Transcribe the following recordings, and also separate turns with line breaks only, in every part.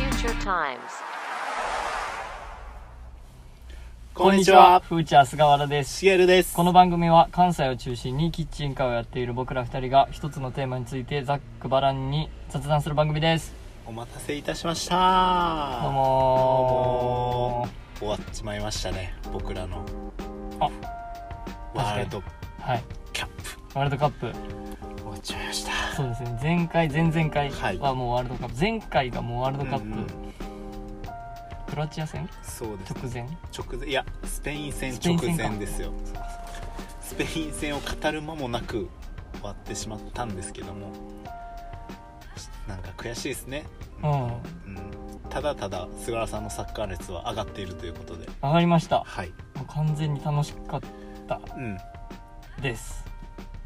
times.
こんにちは
フーチャー菅原です。
シエルです
この番組は関西を中心にキッチンカーをやっている僕ら二人が一つのテーマについてざっくばらんに雑談する番組です。
お待たせいたしました
どう
どう
も
も終わっちまいましたね僕らの
あ
ワールド
ー。はい。
キャッ
ワールドカップ。
プ終わっちまいました
そうですね。前回、前々回
はい
はもうワールドカップ。前回がもうワールドカップ。
うんうん
クロアチア戦
そうです
直前
直前いやスペイン戦
スペイ
直
ン戦か
前ですよスペイン戦を語る間もなく終わってしまったんですけどもなんか悔しいですね
うん。
うんただただ菅原さんのサッカー熱は上がっているということで
上がりました。も
はいう
完全に楽しかった
うん
です。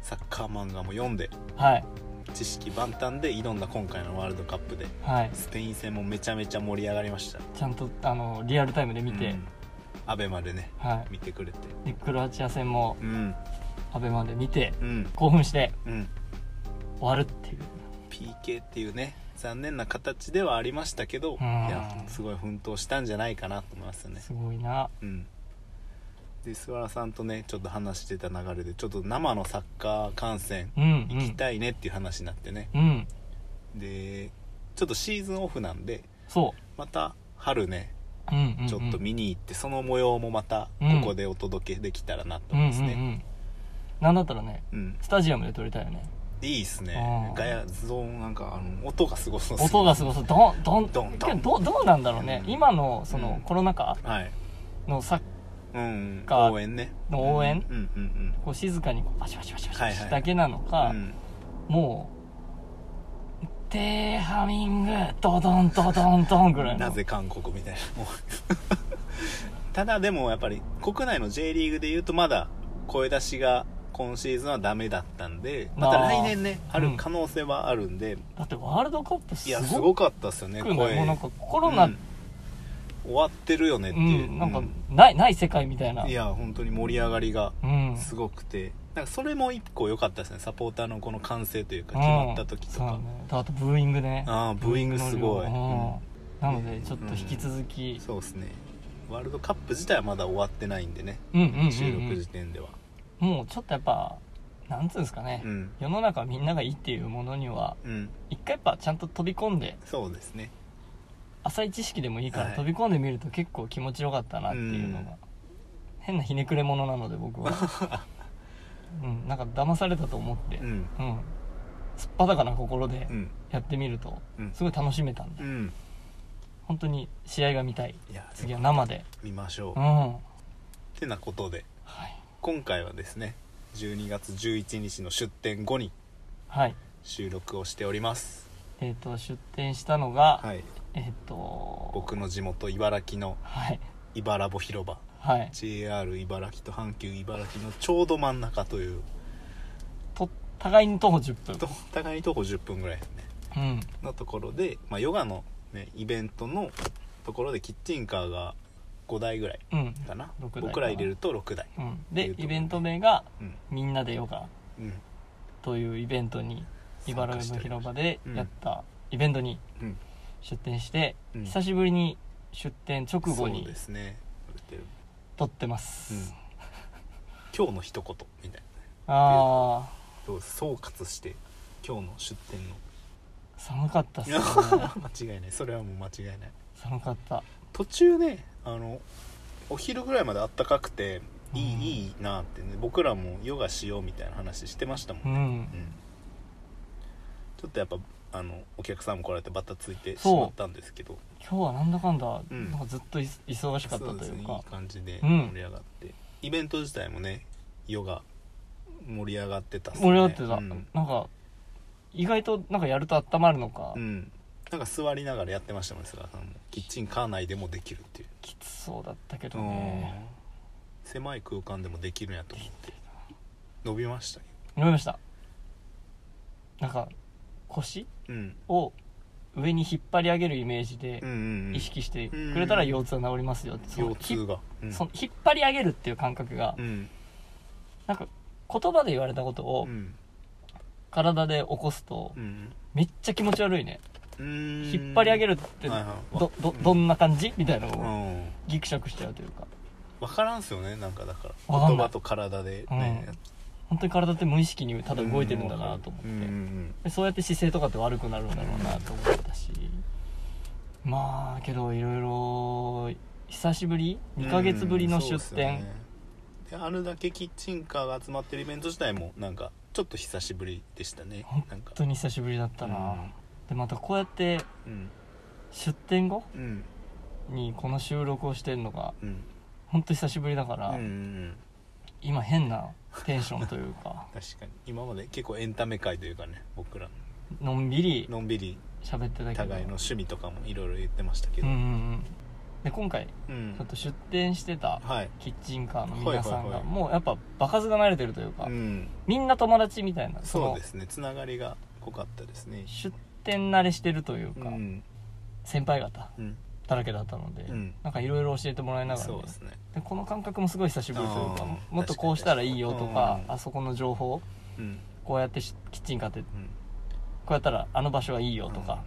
サッカー漫画も読んで
はい。
知識万端で挑んだ今回のワールドカップで
はい。
スペイン戦もめちゃめちゃ盛り上がりました
ちゃんと、あの、リアルタイムで見て、
うん、アベまでね
は
見てくれて
い。で、クロアチア戦も
うん
アベまで見て、
うん
興奮して
うん
終わるっていう
PK っていうね残念な形ではありましたけど、
うん
いやすごい奮闘したんじゃないかなと思いますね
すごいな
うんで菅原さんとねちょっと話してた流れでちょっと生のサッカー観戦
うんう
行き
ん
たいねっていう話になってね、
うん
でちょっとシーズンオフなんで
そ
また春ね
ううんうんうん
ちょっと見に行って、その模様もまたここでお届けできたらなと
うん
思い
うん
ま
う
すね、
んなんだったらね
うん
スタジアムで撮りたいよね
いいっす
う
ね
ん
ガヤゾーンなんかあの音がすごそうっすね
音がすごそうドンドン
ドンドン
けどどうどうなんだろうね
うん
今のその
うん
コロナ禍
はい、
のさ
うんうん、
か
応援ね
の応援
うんうん
こう静かにこうバシバシバシバシ
はいはい
だけなの
うんう
か
ん
もうテーハミングドドンドドンドンぐらいの
なぜ韓国みたいなもう ただでもやっぱり国内の J リーグでいうとまだ声出しが今シーズンはダメだったんでまた
あー
来年ねあ
う
る
ん
可能性はあるんで、
だってワールドカップ
いや
す
す
ご
ごかったっすよね声
くないもうなんかコロナ
うん終わってるよねって
う
いう、
んなんか
う
ないない世界みたいない
や本当に盛り上がりが
うん
すごくて、なんかそれも一個良かったですねサポーターのこの歓声というか決まった時と
う
か
んそうね、あとブーイングね
ああブーイングすごい
ブーイングの量うんなのでちょっと引き続
そう,、
き、
ですねワールドカップ自体はまだ終わってないんでね、
うん、うんうん、うん、
収録時点では
もうちょっとやっぱなんつうんですかね、
うん
世の中みんながいいっていうものには
うん、
一回やっぱちゃんと飛び込んで
そうですね
浅い知識でもいいから、
はい
飛び込んでみると結構気持ちよかったなっていうのが、
うん
変なひねくれ者なので僕は うんなんか騙されたと思って
う、ん
うんすっぱだかな心で
うん
やってみると、
うん
すごい楽しめたんで、
うん
本当に試合が見たい
いや
次は生で
見ましょう、
うん
っ
は
てなことで
い
今回はですね12月11日の出店後に
はい
収録をしております
えっ、と出店したのが、
はい
えっ、と
僕の地元茨城の
はい
茨ぼ広場
はい、
JR 茨城と阪急茨城のちょうど真ん中という
と互いに徒歩10分
とお互いに徒歩10分ぐらいですね
うん
のところで、まあ、ヨガの、ね、イベントのところでキッチンカーが5台ぐらい
うん
かな
六台かな
僕ら入れると6台
うん、
い
で
うとこ
イベント名が
うん
「みんなでヨガ
うん」
というイベントに茨城の広場でやったイベントに
うん
出店して、
うん
久しぶりに出店直後
そう
に
ですね売れてる
撮ってま
う
す、
ん今日の一言みたいな
ああ
どう総括して今日の出店の
寒かったっすね
間違いないそれはもう間違いない
寒かった
途中ねあのお昼ぐらいまであったかくていい,、
うん
いいなってね僕らもヨガしようみたいな話してましたもん、
うん
うんちょっとやっぱあのお客さんも来られてバタついてし
そう
まったんですけど
今日はなんだかんだ、
うん
なんかずっとい忙しかった
そう
と
です
い
ね
う
い
か
い感じで
うん
盛り上がって、イベント自体もねヨガ盛り上がってたっすね
盛り上がってた、
うん、
なんか意外となんかやると温まるのか、
うんなんか座りながらやってましたもんね菅田さんもキッチンカー内でもできるっていう
きつそうだったけどね
うん狭い空間でもできるんやと思って伸びましたね
思いましたなんか腰
うん
を上に引っ張り上げるイメージで
うんうんうん
意識してくれたら腰痛は治りますよってその
腰痛が
ひその引っ張り上げるっていう感覚が、
うん
なんか言葉で言われたこと
う
を
ん
体で起こすと
うん
めっちゃ気持ち悪いね、
う引
引っ張り上げ
る
るって
はいはい
どどどんな感じみたいな
う
のを
ん
ギクシャクしちゃうというか
分からんすよねなんかだから
わかんな
言
い
葉と体でね
うん本当に体って無意識にただ動いてるんだなと思って、
うんうん
でそうやって姿勢とかって悪くなるんだろうなと思ったしまあけどいろいろ久しぶり
うん
2ヶ月ぶりの出
うんそうっすよ
店、
ねであるだけキッチンカーが集まってるイベント自体もなんかちょっと久しぶりでしたね
本
なんか
当に久しぶりだったな、
うん
でまたこうやって
うん
出店後
うん
にこの収録をしてるのが
うん
本当久しぶりだから、
うんうん
今変なテンションという か
確かに今まで結構エンタメ界というかね僕ら
のんびり
のんびり
喋ってたけど
互いの趣味とかもいろいろ言ってましたけ
う
ど
んうんうんで今回
うん
ちょっと出店してた
はい
キッチンカーの皆さん
はいはい
が
はい
もうやっぱ場数が慣れてるというか、
うん
みんな友達みたいなそ
そう
の
ですねつながりが濃かったですね
出店慣れしてるという
う
か、
ん
先輩方
うん
だらけだったので、
うん
なんかいろいろ教えてもらいながらね、
そうですね
でこの感覚もすごい久しぶりというか
あー
もっとこうしたらいいよと
確かに
か
確かに
あそこの情報
うん
こうやってしキッチンカーってこ
うん
うやったらあの場所はいいよとか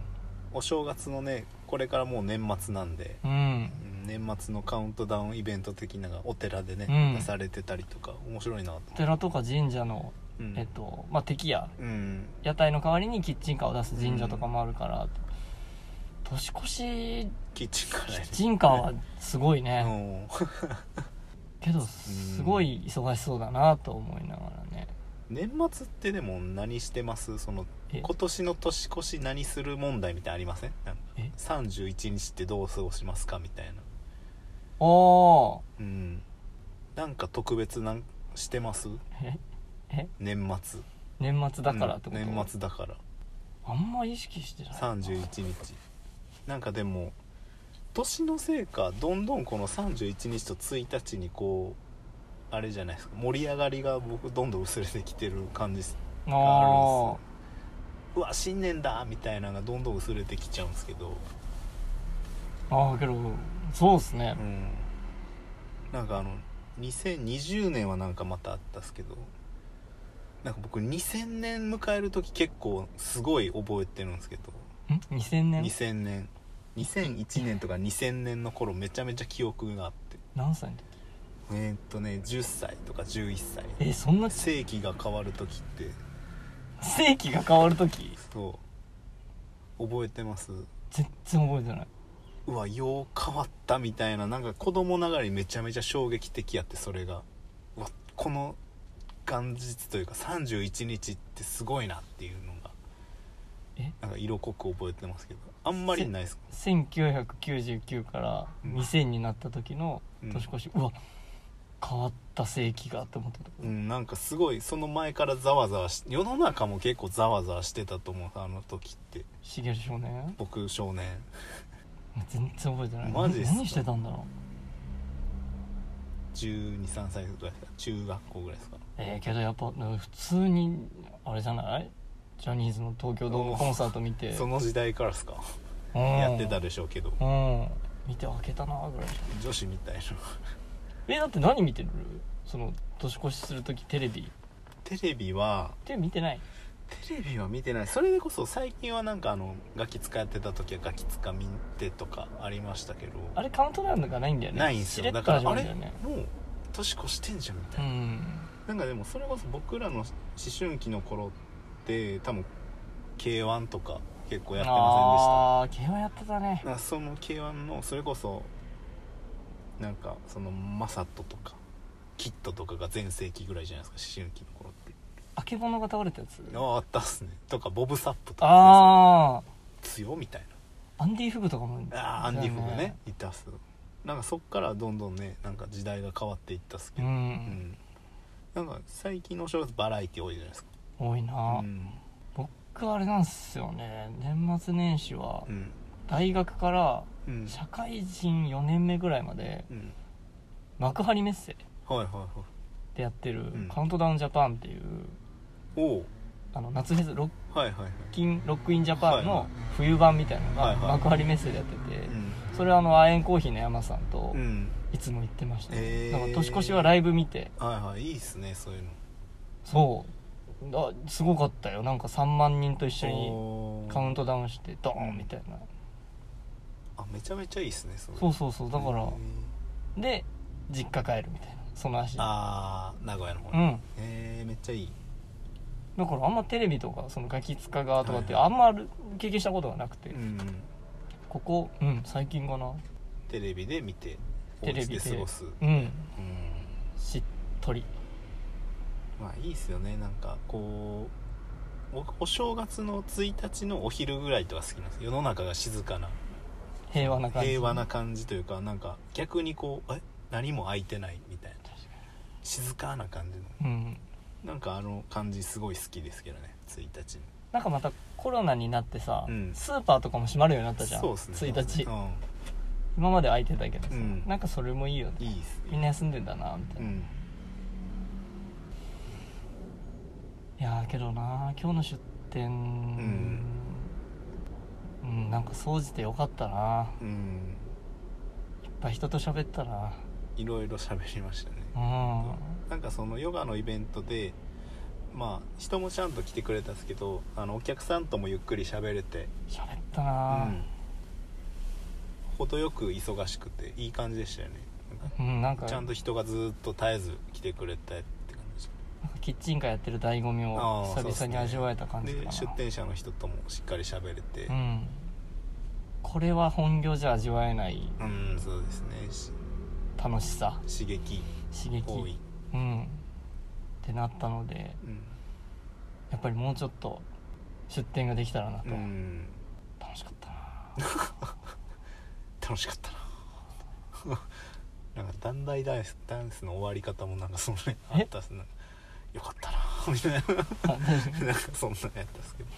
お正月のねこれからもう年末なんで
うん、
うん年末のカウントダウンイベント的なのがお寺でね、
うん
出されてたりとか面白いなと、
寺とか神社の、
うん
えっとまあ、敵や
うん
屋台の代わりにキッチンカーを出す神社とかもあるから、年越し
キッチンから
キ
や
ッ
る
チンカーはすごいね、
うん
けどすごい忙しそうだなと思いながらね
年末ってでも何してますその
え
今年の年越し何する問題みたいなのありませんなんか
え
31日ってどう過ごしますかみたいな
おー
うんなんか特別なんしてます
ええ
年末
年末だからってこと、
うん年末だから
あんま意識してない
31日なんかでも年のせいかどんどんこの31日と1日にこうあれじゃないですか盛り上がりが僕どんどん薄れてきてる感じです
ああ
うわ新年だみたいなのがどんどん薄れてきちゃうんですけど
ああけどそうっすね
うんなんかあの2020年はなんかまたあったっすけどなんか僕2000年迎える時結構すごい覚えてるんですけど
ん2000年
2000年2001年とか2000年の頃めちゃめちゃ記憶があって
何歳の時
えーっとね10歳とか11歳
えそんな世
世紀が変わる時って
紀が変わる時
そう覚えてます
全然覚えてないう
わよう変わったみたいななんか子供ながらにめちゃめちゃ衝撃的やってそれがうわこの元日というか31日ってすごいなっていうのが
え
なんか色濃く覚えてますけどあんまりないですか
1999から2000になった時の
うん
年越し、うわ変わった世紀がって思ってた、
うん、なんかすごいその前からざわざわし世の中も結構ざわざわしてたと思うあの時って
しげる少年
僕少年
全然覚えてない
マジっすか
何してたんだろう
1 2 3歳ぐらいですか中学校ぐらいですか
えー、けどやっぱうん普通にあれじゃないジャニーズの東京ドームコンサート見て
その時代からですか
うん
やってたでしょうけど
うん見て開けたなぐらい
女子みたいな
えだって何見てるその年越しする時テレビ
テレビは
テレビ見てない
テレビは見てないそれでこそ最近はなんかあのガキ使やってた時はガキ使見てとかありましたけど
あれカウントダウンがないんだよね
ないんです
しれ
よ
っと
だから
始ま
あ
る
れ
んだよね
もう年越してんじゃんみたいうな、
ん
なんかでもそれこそ僕らの思春期の頃って多分 k 1とか結構やってま
ああー競馬やってたね
せんでしたなんかその k 1のそれこそなんかそのマサトとかキットとかが全盛期ぐらいじゃないですか思春期の頃って
あけぼのが倒れたやつ
あああったっすねとかボブ・サップとか
あ
強みたいな
あアンディ・フグとかも
ああアンディ・フグねいたっすなんかそっからどんどんねなんか時代が変わっていったっすけ
う
ど、
ん、
なんか最近のお正月バラエティ多いじゃないですか
多いな、
うん
僕あれなんすよね年末年始は
うん
大学から
うん
社会人4年目ぐらいまで
うん
幕張メッセ
はいはいはい
でやってる
ん
「カウントダウンジャパン」っていう、
おお
あの夏フェスロッ
はいはいはい
キンロックインジャパン
はいは
の冬版みたいなの
はい
が
はい
幕張メッセでやってて、
うん、
それはあのアーエンコーヒーの山さんと
うん、
いつも行ってました、
へー
だから年越しはライブ見て
はいはいいいっすねそういうの
そあすごかったよなんか3万人と一緒に
おー
カウントダウンしてドーンみたいな
あめちゃめちゃいいですねそれ
そうそうそうだか
へ
ら
ー
で実家帰るみたいなその足で
ああ名古屋の方
う
にへ
ん
えめっちゃいい
だからあんまテレビとかそのガキ使がとかって
はい
あんま経験したことがなくて、
うん
ここうん最近かな
テレビで見て
テレビで
お家で過ごすうん
うんしっとり
まあいいっすよねなんかこうおお正月の1日のお昼ぐらいとか好きなんです世の中が静かな
平和な感じ
平和な感じというかなんか逆にこうえ何も空いてないみたいな
確か
静かな感じの
にうん
なんかあの感じすごい好きですけどね1日
なんかまたコロナになってさ、
うん
スーパーとかも閉まるようになったじゃん
そうっすね
1日、
う
今まで空いてたけどさ、
うん
なんかそれもいいよね
んいいっす
みんな休んでんだなみたいな、
うん
いやーけどなー今日の出店うん、なんか掃除てよかったな
うん
いっぱい人と喋ったない
ろいろ喋りましたね
うん
なんかそのヨガのイベントでまあ人もちゃんと来てくれたんですけどあのお客さんともゆっくり喋れて
喋った
う
な、
ん程よく忙しくていい感じでしたよねなんか
うんなんか
ちゃんと人がずっと絶えず来てくれたって感じ
なんかキッチンカーやってる醍醐味
あ
を
ーそうっ
久
す
々に
ね
味わえた感じか
で
な
出店者の人ともしっかり喋れて
うんこれは本業じゃ味わえない
うん、そうですねし
楽しさ
刺激
刺激
多い、
うんってなったので
うん
やっぱりもうちょっと出店ができたらな
う
と、
ん、
楽しかったな
楽しかったな なんか団体ダンスダンスの終わり方もなんかそのねあ
え
ったっすねよかったなみたい ななんかそんなんやったっすけど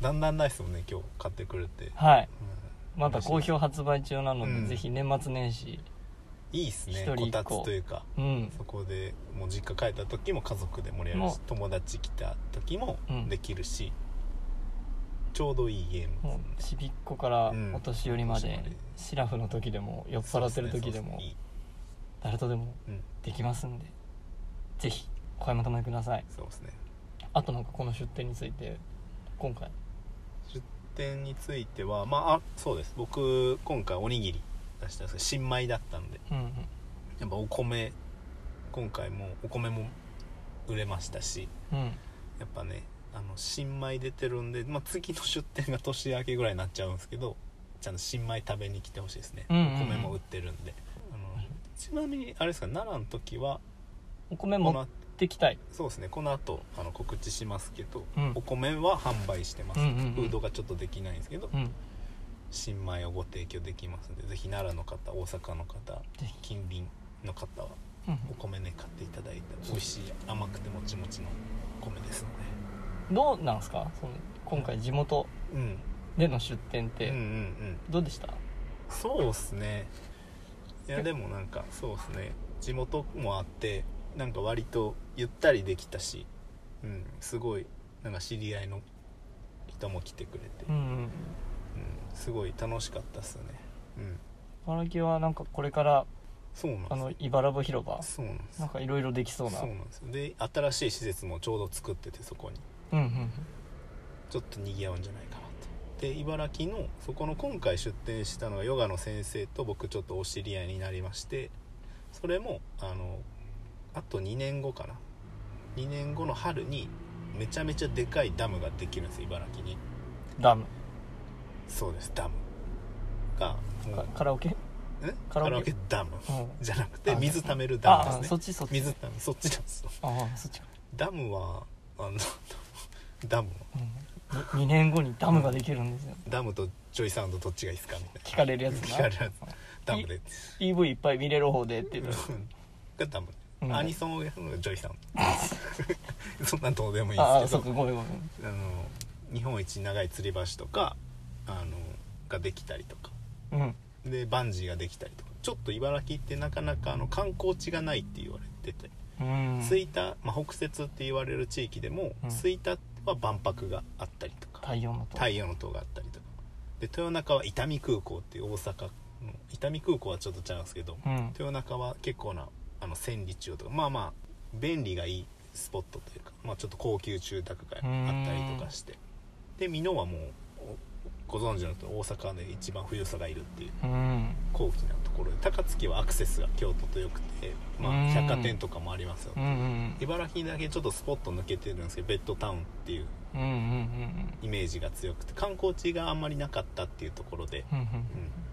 だんだんダイスもね今日買ってくれて、
はい
うん
まだ好評発売中なので、
うん
ぜひ年末年始
いいっすね
一
こ
人一個
たつというか
うん
そこでもう実家帰った時も家族で盛り上がるし
も
友達来た時も
うん
できるし、ちょうどいいゲームです
も
ね
うちびっ子から
うん
お年寄りまで,、
お年寄り
シラフの時でも酔っ払ってる時でも
そうすね
誰とでもできますんでぜひお買い求めください
そうですね
あとなんかこの出店について今回
出店についてはまああそうです僕今回おにぎり出したんですけど新米だったんで
うんうん
やっぱお米今回もお米も売れましたし
うん
やっぱねあの新米出てるんで、まあ、次の出店が年明けぐらいになっちゃうんですけどちゃんと新米食べに来てほしいですね、
うんうんうん
お米も売ってるんであのちなみにあれですか奈良の時は
お米
こ
持
の
ってきたい
そうですねこの後あの告知しますけど、
うん
お米は販売してます、
うんうんうん
フードがちょっとできないんですけど、
うん
新米をご提供できますのでぜひ奈良の方大阪の方
ぜひ
近隣の方は
うん
お米ね買っていただいて美味しい甘くてもちもちの米ですの
うんどうなんすかその今回地元
で、うん、
での出店っ
うんうんう
て
ん
どうでした、
そうっすねいやでもなんかそうっすね地元もあってなんか割とゆったりできたし、うん、すごいなんか知り合いの人も来てくれて、
うんうん
うん、すごい楽しかったっすねうん
茨城はなんかこれから
そうなんです
あの茨ぼ広場
そうなんです
なんかいろいろできそうな
そうなんですよで新しい施設もちょうど作っててそこに
うんうん
ちょっと賑わうんじゃないかなとで茨城のそこの今回出店したのがヨガの先生と僕ちょっとお知り合いになりましてそれもあのあと2年後かな2年後の春にめちゃめちゃでかいダムができるんです茨城に
ダム
そうですダムがも
か
う
カラオケ
え
カ
カ
ラ
ラ
オケ
オケダム
うん
じゃなくて
あ
水溜めるダム
ああ
です
そ
ね
っちそっち
水溜めそっちなんですよ
ああそっちか、
ダムはあのダムは
うん、2年後にダムができるんですよ
ダムとジョイサウンドどっちがいいですかみたい
聞かれるやつ
な聞
な
かれるやつダムで
EV いっぱい見れる方でって言っ
がダム、
うん
アニソンをやるのがジョイ さんそんなんどうでもいい
あ
ん
あ
です
そ
けど
っかごめんごめん
あの日本一長い吊り橋とかあのができたりとか
うん
でバンジーができたりとかちょっと茨城ってなかなかあの観光地がないって言われてて
うん
吹田、まあ、北摂って言われる地域でも
うん
吹田は万博があったりとか
太陽の塔
太陽の塔があったりとかで豊中は伊丹空港っていう大阪の伊丹空港はちょっと違うんですけど
うん
豊中は結構なあの千里中とかまあまあ便利がいいスポットというか、まあ、ちょっと高級住宅街あったりとかしてで美濃はもうおご存知のと大阪で一番富裕層がいるっていう
うん
高貴なところで高槻はアクセスが京都と良くて、ま
うん
あ、百貨店とかもありますよ
うんうん
茨城だけちょっとスポット抜けてるんですけどベッドタウンっていう
うんうんうん
イメージが強くて観光地があんまりなかったっていうところで、
うんうん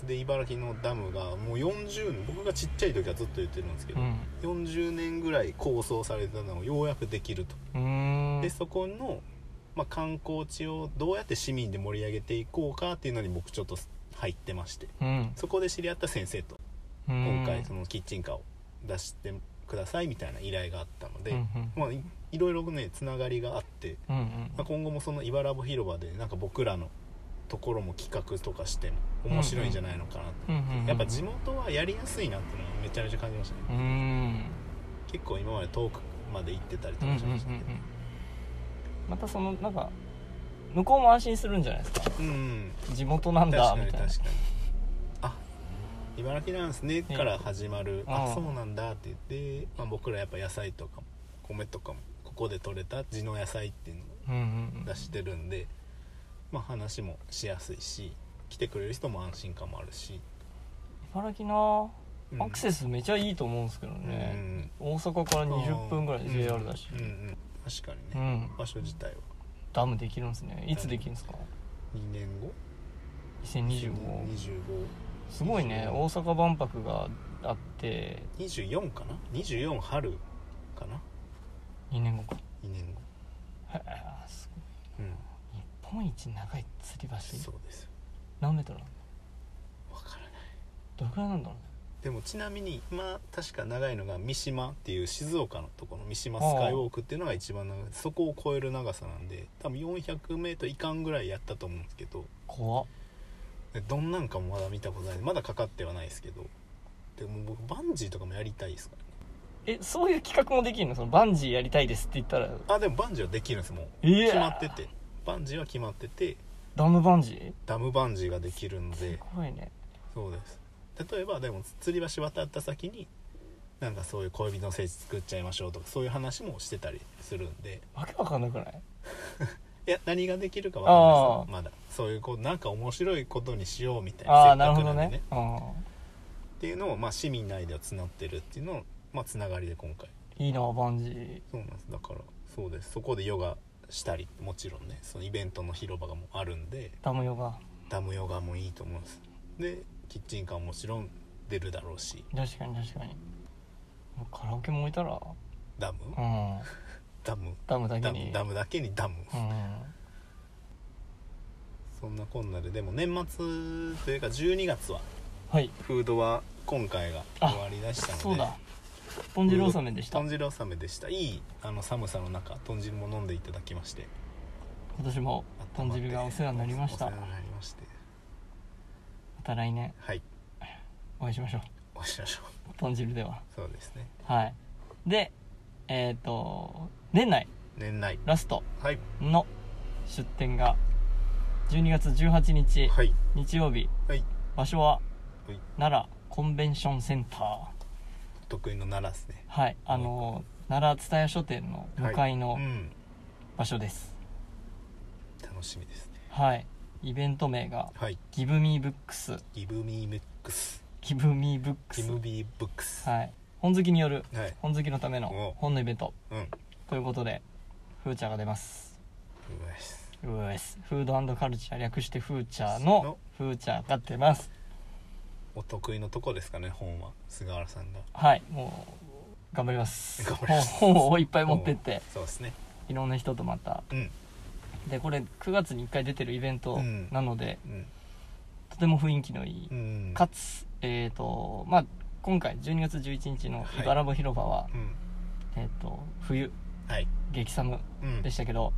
うん、で茨城のダムがもう40年僕がちっちゃい時はずっと言ってるんですけ
う
ど、
ん
40年ぐらい構想されてたのをようやくできると
うん
でそこの、まあ、観光地をどうやって市民で盛り上げていこうかっていうのに僕ちょっと入ってまして
うん
そこで知り合った先生と
うん
今回そのキッチンカーを出してくださいみたいな依頼があったので、
うん
まあ、いいろいろねつながりがあって、
うんうん
まあ、今後もその茨ラボ広場でなんか僕らのところも企画とかしても面白いんじゃないのかなと、
うんうん
やっぱ地元はやりやすいなっていうのはめちゃめちゃ感じましたね
うんうん
結構今まで遠くまで行ってたりと
うんうんう
か
ん
しましたけど
またそのなんか向こうも安心するんじゃないですか
うん、
地元なん
確
だ
か
み
に
た
確
い
か
な
にあ茨城なんですねから始まる、
う
あ
ん
そうなんだって言って、まあ、僕らやっぱ野菜とかも米とかもここで採れた地の野菜っていうのを
うんうん
出してるんで、まあ、話もしやすいし来てくれる人も安心感もあるし、
茨城な
うん
アクセスめちゃいいと思うんですけどね大阪から
うん
20分ぐらいで JR だし
うんうん確か
う
にね、
ん
場所自体は
ダムできるんですねいつできるんですか
2年後
2025
25
すごいね大阪万博があって
24かな24春かな
2年後か
2年後
へえすごい
うん
日本一長い吊り
そ
橋
うです
何メートルなの
わからない
どれくらいなんだろ
でもちなみに今確か長いのが三島っていう静岡のとこの三島スカイウォークっていうのが一番長いそこを超える長さなんで多分 400m いかんぐらいやったと思うんですけど
う怖っ
でどんなんかもまだ見たことないまだかかってはないですけどでも僕バンジーとかもやりたいですか
えそういう企画もできるのそのバンジーやりたいですって言ったら
らあでもバンジーはできるんですもう
いや
決まっててバンジーは決まってて
ダムバンジー
ダムバンジーができるん
す
で
ごいね
そうです例えばでも吊り橋渡った先になんかそういう恋人の聖地作っちゃいましょうとかそういう話もしてたりするんで
わけわかんなくない
いや何ができるかわからない
あ
で
ー
すまだそういうこうなんか面白いことにしようみたいな
ああ
せっ
なる
か
ほ
くな
ど
んで
ねあ
っていうのを、まあ、市民内ではつなってるっていうのを、まあ、つながりで今回
あいいなバンジー
そうなんですだからそうですそこでヨガしたりもちろんねそのイベントの広場がもうあるんで
ダムヨガ
ダムヨガもいいと思うんですでキッチンカーももちろん出るだろうし
確かに確かにもうカラオケも置いたら
ダム
うん
ダム
ダムだけ
ダ
に
ムダムだけにダム
うん
そんなこんなででも年末というか12月は
はい
フードは今回が終わりだしたので
そうだ豚汁納めでした
豚
今
汁納めでしたいいあの寒さの中豚汁も飲んでいただきまして
年も豚汁がお世話になりました
お
ま
世話になりまして
た来年
はい
お会いしましょう
おしましょ
豚汁では
うそうですね
はいでえっ、と年内
年内
ラスト
はい
の出店が12月18日
はい
日曜日
はい
場所は
はい
奈良コンベンションセンター
得意の奈良ですね
はいあの奈良蔦屋書店の向かいの
はうん
場所です
楽しみですね
はい、イベント名が
はい
「ギブミーブックス」
ギブミーブックス
「ギブミーブック
ギ
ス
ブミーブック」ス
はい本好きによる
はい
本好きのため
お
の本のイベント
うんう
ということでフーチャーが出ます
まいっす
うえすフードカルチャー略してフーチャーのフーチャーが出ます
お得意のとこですかね本は菅原さんが
はいもう頑張ります
頑張ります
本本をいっぱい持ってって
そうですね
いろんな人とまた
うん
でこれ9月に1回出てるイベント
うん
なので、
うん
とても雰囲気のいい、
うん
かつえっ、とまあ今回12月11日の
はい
茨城広場は、
うん
えっ、と冬
はい
激寒
うん
でしたけど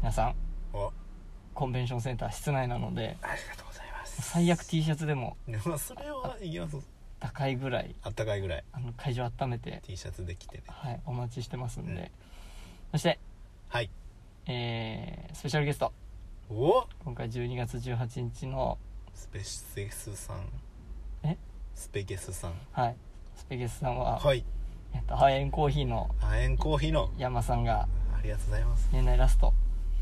皆さん
お
コンベンションセンター室内なので
ありがとうございます
最悪 T シャツでも
まあそれはいきます
高いぐらい
あったかいぐらい
あの会場温めて、
T シャツで着てね
はい、お待ちしてますんで、
うん
そして、
はい
えースペシャルゲスト
お
今回12月18日の、
スペシゲスさん
え
スペゲスさん
はい、スペゲスさんは、
はい
えっハエンコーヒーの
あエンコーヒーの
山さんが
ありがとうございます
年内ラスト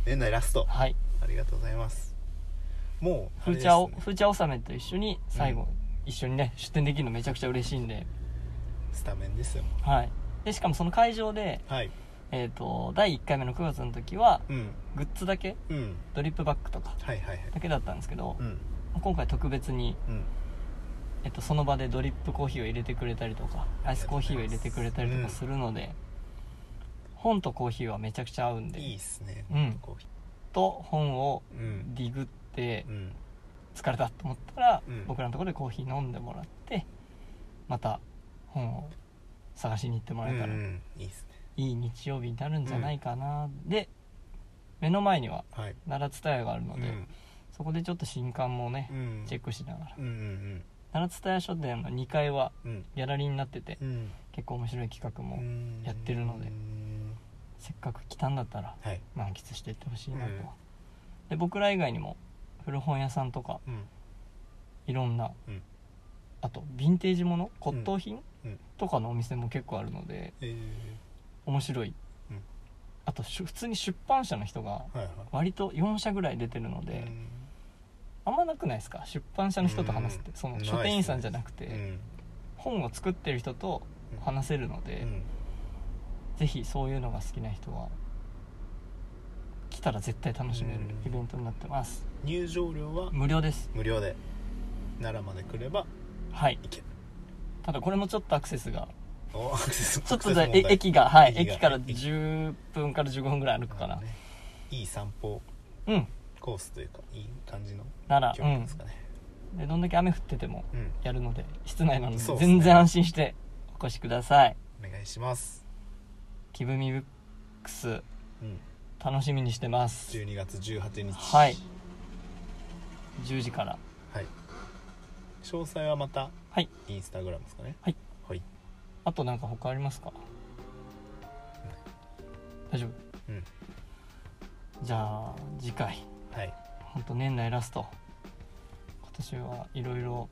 年内ラスト
はい
ありがとうございますもうあ
フ
れ
ー
で
チ
す
ャ
ね
ーを、フーチャー納めと一緒に最後、
うん
一緒にね出店できるのめちゃくちゃ嬉しいんで
スタメンですよ
はいでしかもその会場で
はい
えっ、と第1回目の9月の時は
うん
グッズだけ
うん
ドリップバッグとか
はいはいはい
だけだったんですけど、
うん
今回特別に、
うん
えっと、その場でドリップコーヒーを入れてくれたりとかアイスコーヒーを入れてくれたりとかするので、本とコーヒーはめちゃくちゃ合うんで
いいっすね
うん
コーヒ
と本を
ーうん
ディグって
うん
疲れたと思ったら、
うん
僕らのところでコーヒー飲んでもらってまた本を探しに行っても
う
らえ
ん
たら、
うんいいっすね
いい日曜日になるんじゃないかな、で目の前には
はい
奈良伝屋があるの
う
で、
ん
そこでちょっと新刊もね
う、ん
チェックしながら
うんうん
奈良伝屋書店の2階は
うん
ギャラリーになってて
うん
結構面白い企画も、
うん
やってるので
うん
せっかく来たんだったら
はい
満喫していってほしいな
う
と、
ん
で僕ら以外にも古本屋さんとか
うん
いろんな、
うん
あとヴィンテージもの骨董品、
うん
とかのお店も結構あるので
え
面白い、
うん
あとしゅ普通に出版社の人が
ーはいは
割と4社ぐらい出てるの
い
で、
うん
あんまなくないですか出版社の人と話すって、
うん
そ
な
の
いっす
書店員さんじゃなくて
うん
本を作ってる人と話せるので、
うん
ぜひそういうのが好きな人は来たら絶対楽しめる
うん
イベントになってます、
入場料は
無料です
無料で奈良まで来れば
はい
行ける
ただこれもちょっとアクセスが
おアクセス
ちょっと
ア
だ
クセス問
え
題
駅がはい
駅が
駅から
駅
10分から15分ぐらい歩くか
あ
な
のねいい散歩
うん
コースというかいい感じの
なら
距
う
離で
ん
すかね
でどんだけ雨降ってても
うん、
やるので室内なので
そうっすね
全然安心してお越しください
お願いします
キブミブックス
うん
楽しみにしてます
12月18日
はい10時から
はい詳細はまた
はい
インスタグラムですかね
はい
はい
あとなんか他ありますか大丈夫
うん
じゃあ次回
はい
ほんと年内ラスト今年はいろいろ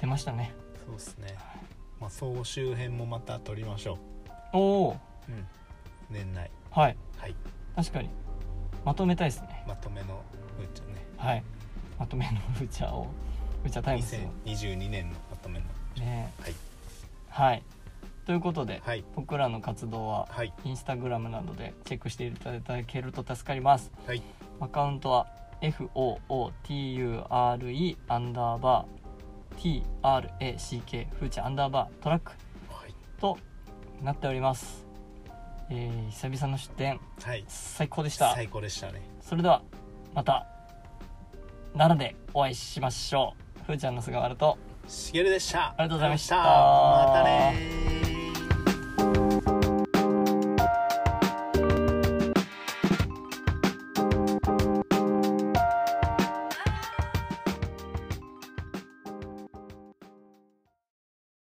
出ましたね
そうですねまあ総集編もまた撮りましょ
おお
う、うん、年内
はい
はい
確かにまとめたいですね
まとめのうーちゃんね
はいまとめのフーチャーをフーチャータイムズを
2022年のまとめの
ね
はい
はいということで、
はい
僕らの活動は
はい
インスタグラムなどでチェックしていただけると助かります
はい
アカウントは FOOTURE アンダーバー TRACK フーチャーアンダーバートラック
はい
となっております、えー久々の出店
はい
最高でした
最高でしたね
それではまた奈良でお会いしましょうふーちゃんの菅原と
しげるでした
ありがとうございました
ありがとうございましたまたねー